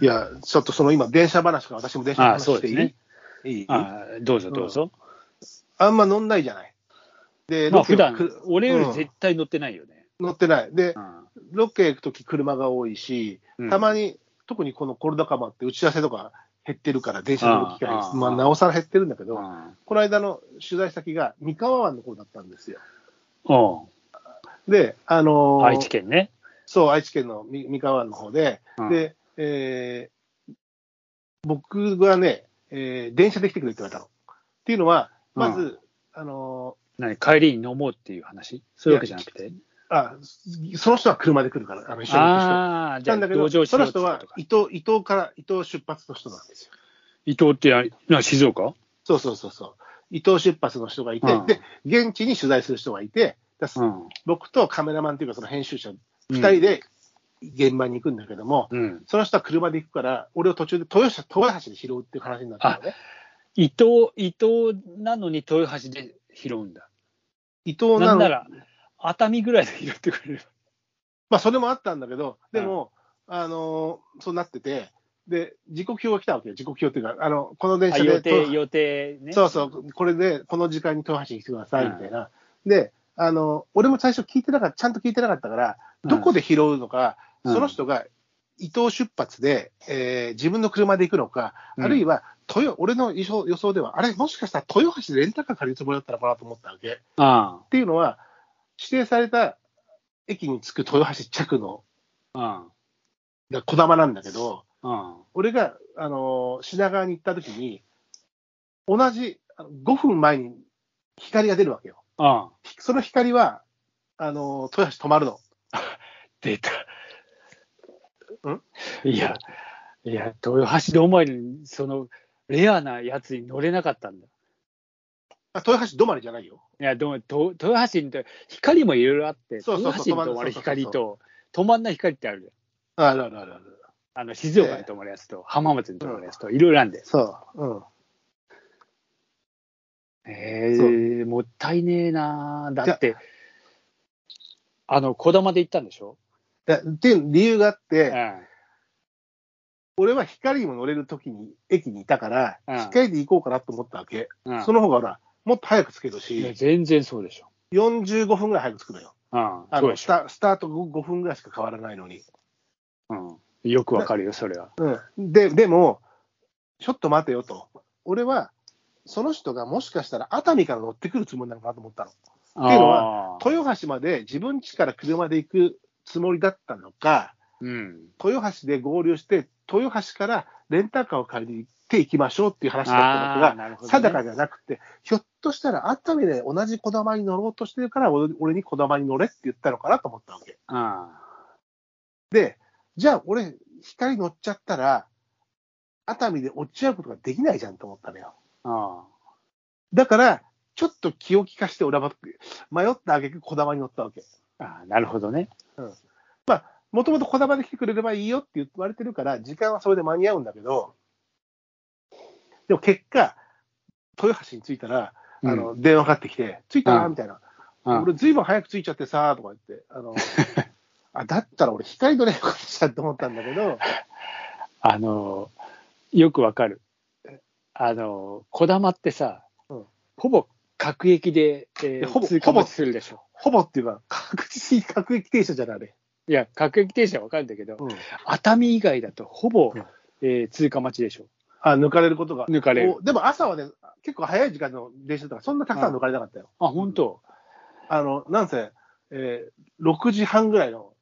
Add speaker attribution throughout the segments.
Speaker 1: や、ちょっとその今、電車話から私も電車の
Speaker 2: ああ
Speaker 1: 話
Speaker 2: そう
Speaker 1: して
Speaker 2: で
Speaker 1: い
Speaker 2: す
Speaker 1: い
Speaker 2: ね
Speaker 1: いいあ
Speaker 2: あどうぞどうぞ。
Speaker 1: んま乗んないじゃない。で、
Speaker 2: まあ
Speaker 1: ロケ
Speaker 2: 普
Speaker 1: は
Speaker 2: 段
Speaker 1: く、
Speaker 2: 俺より絶対乗ってないよね。
Speaker 1: 乗ってない。で、
Speaker 2: うん
Speaker 1: ロケ行くとき車が多いし、
Speaker 2: うん
Speaker 1: たまに、特にこのコロナ禍もあって、打ち合わせとか減ってるから、電車乗る機会
Speaker 2: ああ、
Speaker 1: まあ、
Speaker 2: ああ
Speaker 1: なおさら減ってるんだけど、
Speaker 2: うん
Speaker 1: この間の取材先が三河湾の方だったんですよ。
Speaker 2: お
Speaker 1: で、あの
Speaker 2: う
Speaker 1: ー
Speaker 2: 愛知県ね。
Speaker 1: そう、愛知県のみ三河湾の方で、
Speaker 2: うん
Speaker 1: で、えー僕がね、えー電車で来てくれって言われたの。っていうのは、まず、
Speaker 2: う
Speaker 1: あの
Speaker 2: 何帰りに飲もうっていう話そういうわけじゃなくて。
Speaker 1: ーあ、その人は車で来るから、あの一緒に行く人。
Speaker 2: ああ、じ
Speaker 1: な
Speaker 2: ゃあ
Speaker 1: んだけ
Speaker 2: 同
Speaker 1: ど、
Speaker 2: 情し
Speaker 1: そ
Speaker 2: よう
Speaker 1: の
Speaker 2: って
Speaker 1: 人
Speaker 2: こ
Speaker 1: は
Speaker 2: とか。
Speaker 1: 伊藤伊藤から、伊藤出発の人なんですよ。
Speaker 2: 伊藤ってやな静岡
Speaker 1: そうそうそうそう。伊藤出発の人がいて、
Speaker 2: うん
Speaker 1: で、現地に取材する人がいて、だす
Speaker 2: うん。
Speaker 1: 僕とカメラマンというか、その編集者、2人で現場に行くんだけども、
Speaker 2: うん。
Speaker 1: その人は車で行くから、俺を途中で豊橋豊橋で拾うっていう話になったのね。
Speaker 2: 伊藤、伊藤なのに豊橋で拾うんだ。
Speaker 1: 伊藤な
Speaker 2: な
Speaker 1: の
Speaker 2: んなら、熱海ぐらいで拾ってくれる。
Speaker 1: まあ、それもあったんだけど、でも、あのーそうなってて、で、時刻表が来たわけよ、時刻表っていうか、あのこの電
Speaker 2: あ
Speaker 1: 車
Speaker 2: 予
Speaker 1: で、
Speaker 2: 定、予定ね。
Speaker 1: そうそう、これで、この時間に豊橋に来てくださいみたいな。で、あの、俺も最初聞いてなかった、ちゃんと聞いてなかったから、
Speaker 2: うん
Speaker 1: どこで拾うのか、
Speaker 2: うん
Speaker 1: その人が伊藤出発で、えー自分の車で行くのか、
Speaker 2: うん
Speaker 1: あるいは、豊俺の予想予想では、あれ、もしかしたら豊橋でレンタカー借りるつもりだったのかなと思ったわけ。っ
Speaker 2: あ
Speaker 1: ていうのは、指定された駅に着く豊橋着の、
Speaker 2: あ、あ
Speaker 1: が小玉なんだけど、
Speaker 2: あ、あ
Speaker 1: 俺が、あのー品川に行った時に、同じあの5分前に光が出るわけよ。
Speaker 2: あ、ああ。
Speaker 1: ひその光は、あのー豊橋止まるの。
Speaker 2: 出た。
Speaker 1: ん
Speaker 2: いや、いや、豊橋止まりに、その、レアなやつに乗れなかったんだ。
Speaker 1: あ豊橋止まりじゃないよ。
Speaker 2: いや、でも、と豊橋にと、光もいろいろあって、
Speaker 1: そうそう
Speaker 2: 豊
Speaker 1: そう
Speaker 2: 橋に止まる
Speaker 1: そうそうそう
Speaker 2: 光と、止まんない光ってあるじゃん。
Speaker 1: あるあるあるある。
Speaker 2: あの、静岡に止まるやつと、浜松に止まるやつと、いろいろあるんだよ。
Speaker 1: そう。うん。
Speaker 2: え
Speaker 1: そ
Speaker 2: ー、もったいねえなあだって、あの、小玉で行ったんでしょ
Speaker 1: だっていう理由があって、
Speaker 2: うん
Speaker 1: 俺は光にも乗れる時に駅にいたから、
Speaker 2: うん
Speaker 1: 光で行こうかなと思ったわけ。
Speaker 2: うん
Speaker 1: その方がほら、もっと早く着ける
Speaker 2: いや
Speaker 1: し、
Speaker 2: 全然そうでしょ。
Speaker 1: 45分ぐらい早く着くのよ。
Speaker 2: うん、
Speaker 1: あ
Speaker 2: そうで
Speaker 1: の
Speaker 2: し
Speaker 1: ス
Speaker 2: ょ。
Speaker 1: タスタート5分ぐらいしか変わらないのに。
Speaker 2: うん、よくわかるよ、それは。
Speaker 1: うん、ででも、ちょっと待てよと、俺はその人がもしかしたら熱海から乗ってくるつもりなのかなと思ったの。
Speaker 2: って
Speaker 1: いうのは豊橋まで自分家から車で行くつもりだったのか、
Speaker 2: うん、
Speaker 1: 豊橋で合流して、豊橋からレンタカーを借りて行きましょうっていう話だったの
Speaker 2: あー
Speaker 1: が、
Speaker 2: なるほどね
Speaker 1: 定かじゃなくて、ひょっとしたら熱海で同じ小玉に乗ろうとしてるから、俺俺に小玉に乗れって言ったのかなと思ったわけ。
Speaker 2: あ
Speaker 1: で、じゃあ俺、光乗っちゃったら、熱海で落ち合うことができないじゃんと思ったのよ。
Speaker 2: あ、あ
Speaker 1: だから、ちょっと気を利かして、俺は迷ったあげく、こだまに乗ったわけ。
Speaker 2: あああ、なるほどね。
Speaker 1: まあ、もともとこだまで来てくれればいいよって言われてるから、時間はそれで間に合うんだけど、でも結果、豊橋に着いたら、あの、電話かかってきて、着いた
Speaker 2: う
Speaker 1: なんみたいな。
Speaker 2: うん、
Speaker 1: 俺、ずいぶん早く着いちゃってさーとか言って、あの、あ、だったら俺、光乗れよかったと思ったんだけど、
Speaker 2: あのよくわかる。あのこだまってさ、
Speaker 1: うん
Speaker 2: ほぼ各駅で、
Speaker 1: い
Speaker 2: えー、
Speaker 1: やほぼ
Speaker 2: 通過
Speaker 1: ほぼ
Speaker 2: 待ちするでしょ。
Speaker 1: ほぼっていうか、確実に各駅停車じゃない、あれ。
Speaker 2: いや、各駅停車はわかるんだけど、
Speaker 1: うん
Speaker 2: 熱海以外だとほぼ、
Speaker 1: うん
Speaker 2: えー通過待ちでしょ。
Speaker 1: あ、抜かれることが。
Speaker 2: 抜かれる。
Speaker 1: おでも朝はね、結構早い時間の電車とか、そんなたくさん抜かれなかったよ。
Speaker 2: あ、本当。
Speaker 1: あの、なんせ、えー、6時半ぐらいの、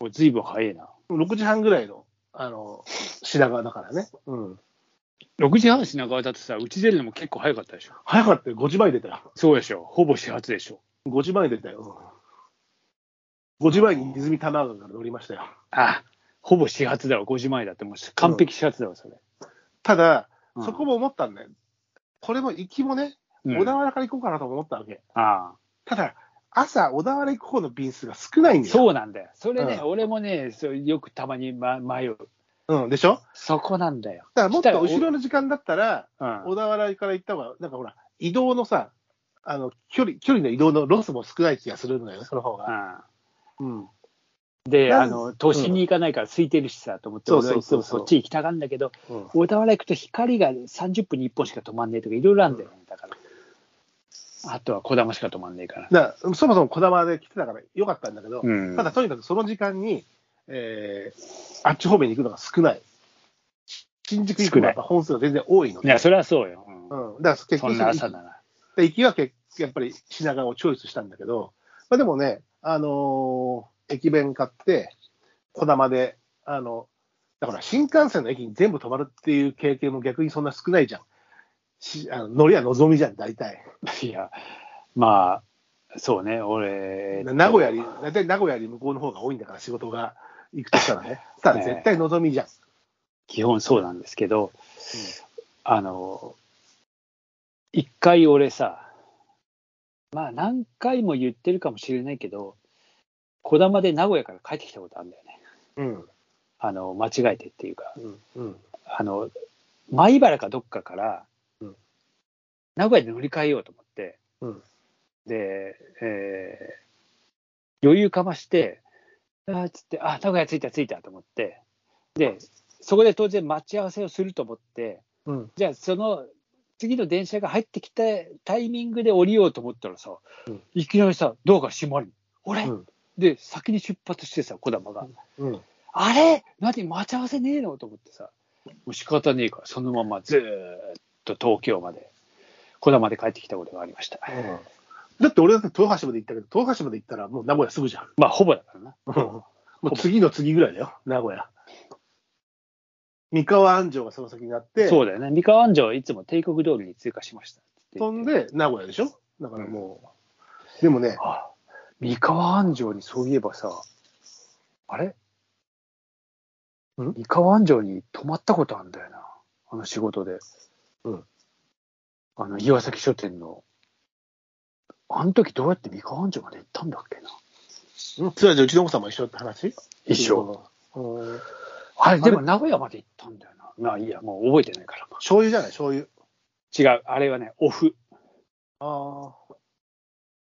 Speaker 2: もうずいぶん早いな。
Speaker 1: 6時半ぐらいの、あの、品川だからね。うん。
Speaker 2: 6時半品川だとさ、うち出るのも結構早かったでしょ。
Speaker 1: 早かったよ、5時前に出たよ。
Speaker 2: そうでしょ。ほぼ始発でしょ。
Speaker 1: 5時前に出たよ。うん、5時前に泉多摩川から乗りましたよ。
Speaker 2: あ、ほぼ始発だわ、5時前だって、もう完璧始発だわ、それ。
Speaker 1: ただ、
Speaker 2: うん
Speaker 1: そこも思ったんだよ。これも行きもね、
Speaker 2: うん
Speaker 1: 小田原から行こうかなとも思ったわけ。
Speaker 2: あ
Speaker 1: ただ、朝、小田原行く方の便数が少ないん
Speaker 2: あ
Speaker 1: だよ。
Speaker 2: そうなんだよ。それね、
Speaker 1: うん
Speaker 2: 俺もね、そうよくたまに、ま、迷う。
Speaker 1: う。ん、でしょ
Speaker 2: そこなんだよ。
Speaker 1: だからもっと
Speaker 2: 来
Speaker 1: 後
Speaker 2: たら
Speaker 1: ろの時間だったら、
Speaker 2: お、うん
Speaker 1: 小田原から行った方が、なんかほら、移動のさ、あの距離距離の移動のロスも少ない気がするのよね、その方が。
Speaker 2: ああ
Speaker 1: うん、
Speaker 2: で、
Speaker 1: なん
Speaker 2: あの、都心に行かないから空いてるしさ、と思って、
Speaker 1: そう
Speaker 2: 俺
Speaker 1: そう
Speaker 2: はいつも
Speaker 1: そうそう
Speaker 2: そっち行きたがんだけど、
Speaker 1: うん
Speaker 2: 小田原行くと光が30分に1本しか止まんねえとか、いろいろあるんだよね、だから。あとは小玉しか止まんねえか
Speaker 1: だ
Speaker 2: ら。
Speaker 1: からそもそもこだまで来てたからよかったんだけど、
Speaker 2: うん
Speaker 1: ただとにかくその時間に、えーあっち方面に行くのが少ない。新宿行くのがやっぱ本数が全然多いの
Speaker 2: い
Speaker 1: で、
Speaker 2: や、それはそうよ。うん
Speaker 1: うん、だから結
Speaker 2: そ
Speaker 1: 局
Speaker 2: んな朝なら。
Speaker 1: で行きはけやっぱり品川をチョイスしたんだけど、まあ、でもね、あのー駅弁買って、こだまで、あの、だから新幹線の駅に全部止まるっていう経験も逆にそんな少ないじゃん。しあの乗りはのぞみじゃん、大体。
Speaker 2: いや、まあ、そうね、俺、
Speaker 1: 名古屋より、大体名古屋より向こうの方が多いんだから、仕事が行くとしたらね。ただ絶対のぞみじゃん。
Speaker 2: 基本そうなんですけど、あの、一回俺さ、まあ何回も言ってるかもしれないけど、こだまで名古屋から帰ってきたことあるんだよね。
Speaker 1: うん。
Speaker 2: あの、間違えてっていうか、
Speaker 1: うん。うん。
Speaker 2: あの、米原かどっかから
Speaker 1: うん、
Speaker 2: 名古屋で乗り換えようと思って、
Speaker 1: うん
Speaker 2: で、えー余裕かまして、あーつって、あ、名古屋着いた着いたと思って、で、そこで当然待ち合わせをすると思って、
Speaker 1: うん。
Speaker 2: じゃあその次の電車が入ってきたタイミングで降りようと思ったらさ、
Speaker 1: うん
Speaker 2: いきなりさ、ドアが閉まる。俺、
Speaker 1: うん
Speaker 2: で、先に出発してさ、児玉が。
Speaker 1: うん。
Speaker 2: あれ何待ち合わせねえのと思ってさ、もう仕方ねえから、そのままずーっと東京まで、児玉で帰ってきたことがありました。
Speaker 1: だって俺だって豊橋まで行ったけど、豊橋まで行ったらもう名古屋すぐじゃん。
Speaker 2: まあ、ほぼだからな。
Speaker 1: もう次の次ぐらいだよ、名古屋。三河安城がその先にあって、
Speaker 2: そうだよね。三河安城はいつも帝国通りに通過しましたって言
Speaker 1: 飛
Speaker 2: って。
Speaker 1: んで名古屋でしょだからもう、でもね、
Speaker 2: あ三河安城にそういえばさ、あれ
Speaker 1: ん
Speaker 2: 三河安城に泊まったことあるんだよな。あの仕事で。
Speaker 1: うん。
Speaker 2: あの、岩崎書店の。あの時どうやって三河安城まで行ったんだっけな。
Speaker 1: それはじゃあうちの奥さんも一緒って話
Speaker 2: 一緒。
Speaker 1: うん
Speaker 2: あれ、でも名古屋まで行ったんだよな。まあいいや、もう覚えてないから。
Speaker 1: 醤油じゃない、醤油。
Speaker 2: 違う、あれはね、オフ。
Speaker 1: ああ。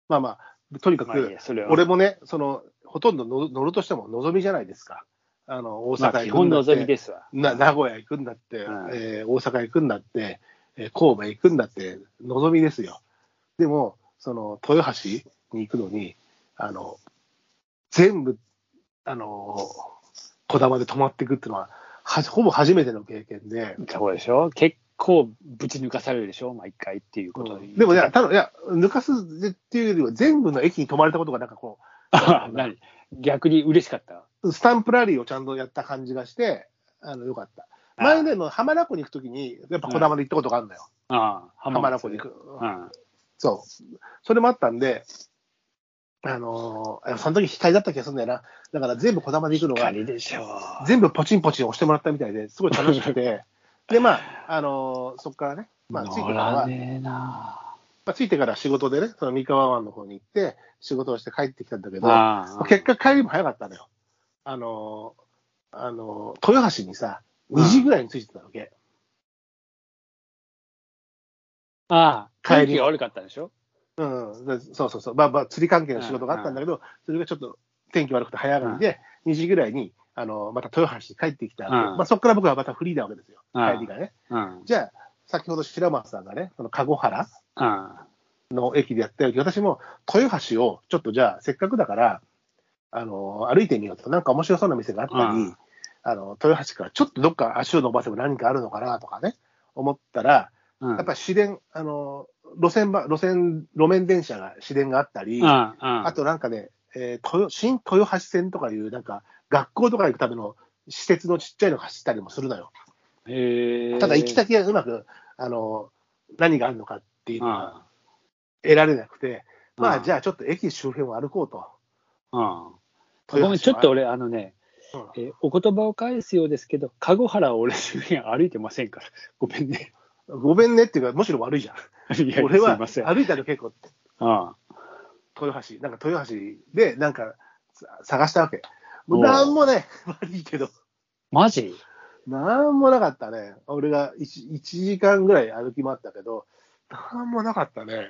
Speaker 1: まあまあ、とにか
Speaker 2: まあいい
Speaker 1: く、
Speaker 2: や、それは。
Speaker 1: 俺もね、その、ほとんどの乗るとしても、のぞみじゃないですか。あの、大阪
Speaker 2: まあ基
Speaker 1: 行く
Speaker 2: 本
Speaker 1: んだ
Speaker 2: の
Speaker 1: っ
Speaker 2: ぞみ
Speaker 1: て、
Speaker 2: ですわ。
Speaker 1: な名古屋行くんだって、
Speaker 2: うん
Speaker 1: えー大阪行くんだって、えー神戸行くんだって、のぞみですよ。でも、その、豊橋に行くのに、あの、全部、あの、こだまで泊まっていくっていうのは、はほぼ初めての経験で、
Speaker 2: そうでしょ結構ぶち抜かされるでしょ毎回っていうこと
Speaker 1: うんでもいや、
Speaker 2: ね、
Speaker 1: ただ、いや、抜かすっていうよりは、全部の駅に泊まれたことが、なんかこ
Speaker 2: 何逆に嬉しかった。
Speaker 1: う、スタンプラリーをちゃんとやった感じがして、あのよかった。前でも浜名湖に行くときに、やっぱこだまで行ったことがあるんだよ。
Speaker 2: ああ、
Speaker 1: 浜名湖に行く。
Speaker 2: うん。
Speaker 1: そう。それもあったんで、あのーその時光だった気がするんだよな。だから全部こだまで行くのが、
Speaker 2: 光でしょ
Speaker 1: 全部ポチンポチン押してもらったみたいで、すごい楽しく て。で、まあ、あのーそこからね、まあ、ついてか
Speaker 2: 乗
Speaker 1: ら
Speaker 2: ら
Speaker 1: は、
Speaker 2: ねえな
Speaker 1: まあ、ついてから仕事でね、その三河湾の方に行って、仕事をして帰ってきたんだけど、
Speaker 2: ああ
Speaker 1: 結果帰りも早かったのよ。あのーあのー豊橋にさ、2時ぐらいに着いてたわけ。
Speaker 2: ああ、
Speaker 1: 帰り
Speaker 2: 天気が悪かったでしょ
Speaker 1: うん、でそうそうそう、まあまあ、釣り関係の仕事があったんだけど、それがちょっと天気悪くて早上がりで、2時ぐらいにあのまた豊橋に帰ってきた、
Speaker 2: うん
Speaker 1: まあ、そこから僕はまたフリーなわけですよ、
Speaker 2: うん
Speaker 1: 帰りがね。
Speaker 2: うん。
Speaker 1: じゃあ、先ほど白松さんがね、その籠原
Speaker 2: うん。
Speaker 1: の駅でやったように、私も豊橋をちょっとじゃあ、せっかくだから、あの歩いてみようと、なんか面白そうな店があったり、
Speaker 2: うん
Speaker 1: あの豊橋からちょっとどっか足を伸ばせば何かあるのかなとかね、思ったら、
Speaker 2: うん。
Speaker 1: やっぱり市電、あの路線ば路線、路面電車が市電があったり、
Speaker 2: うん、うん。
Speaker 1: あとなんかね、えー豊新豊橋線とかいう、なんか学校とか行くための施設のちっちゃいのが走ったりもするのよ。
Speaker 2: へえ。
Speaker 1: ただ行き
Speaker 2: い。
Speaker 1: 先がうまく、あの、何があるのかっていうのが得られなくて、まあじゃあちょっと駅周辺を歩こうと。
Speaker 2: あ。うん。ごめん、ちょっと、俺、あのね、
Speaker 1: う
Speaker 2: えーお言葉を返すようですけど、籠原は俺周辺歩いてませんから。 ごめんね。
Speaker 1: んごめんねっていうか、むしろ悪いじゃん。
Speaker 2: いや、
Speaker 1: 俺は
Speaker 2: すいません。
Speaker 1: 歩いたの結構
Speaker 2: ああ
Speaker 1: 豊橋、なんか豊橋でなんかさ探したわけ。もう
Speaker 2: おう
Speaker 1: なんもね、 悪いけど、
Speaker 2: マジ
Speaker 1: なんもなかったね。俺が 1, 時間ぐらい歩き回ったけど、なんもなかったね。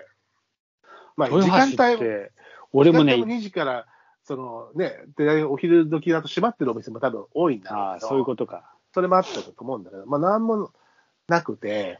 Speaker 1: まあ、時
Speaker 2: 豊
Speaker 1: 間
Speaker 2: 橋っ
Speaker 1: 帯も、
Speaker 2: て、俺も
Speaker 1: 時間帯
Speaker 2: ね、
Speaker 1: 2時からそのね、でお昼時だと閉まってるお店も多分多いんだろ
Speaker 2: あ
Speaker 1: う
Speaker 2: あ、
Speaker 1: けど、
Speaker 2: そういうことか。
Speaker 1: それもあったと思うんだけど、まあ、なんもなくて、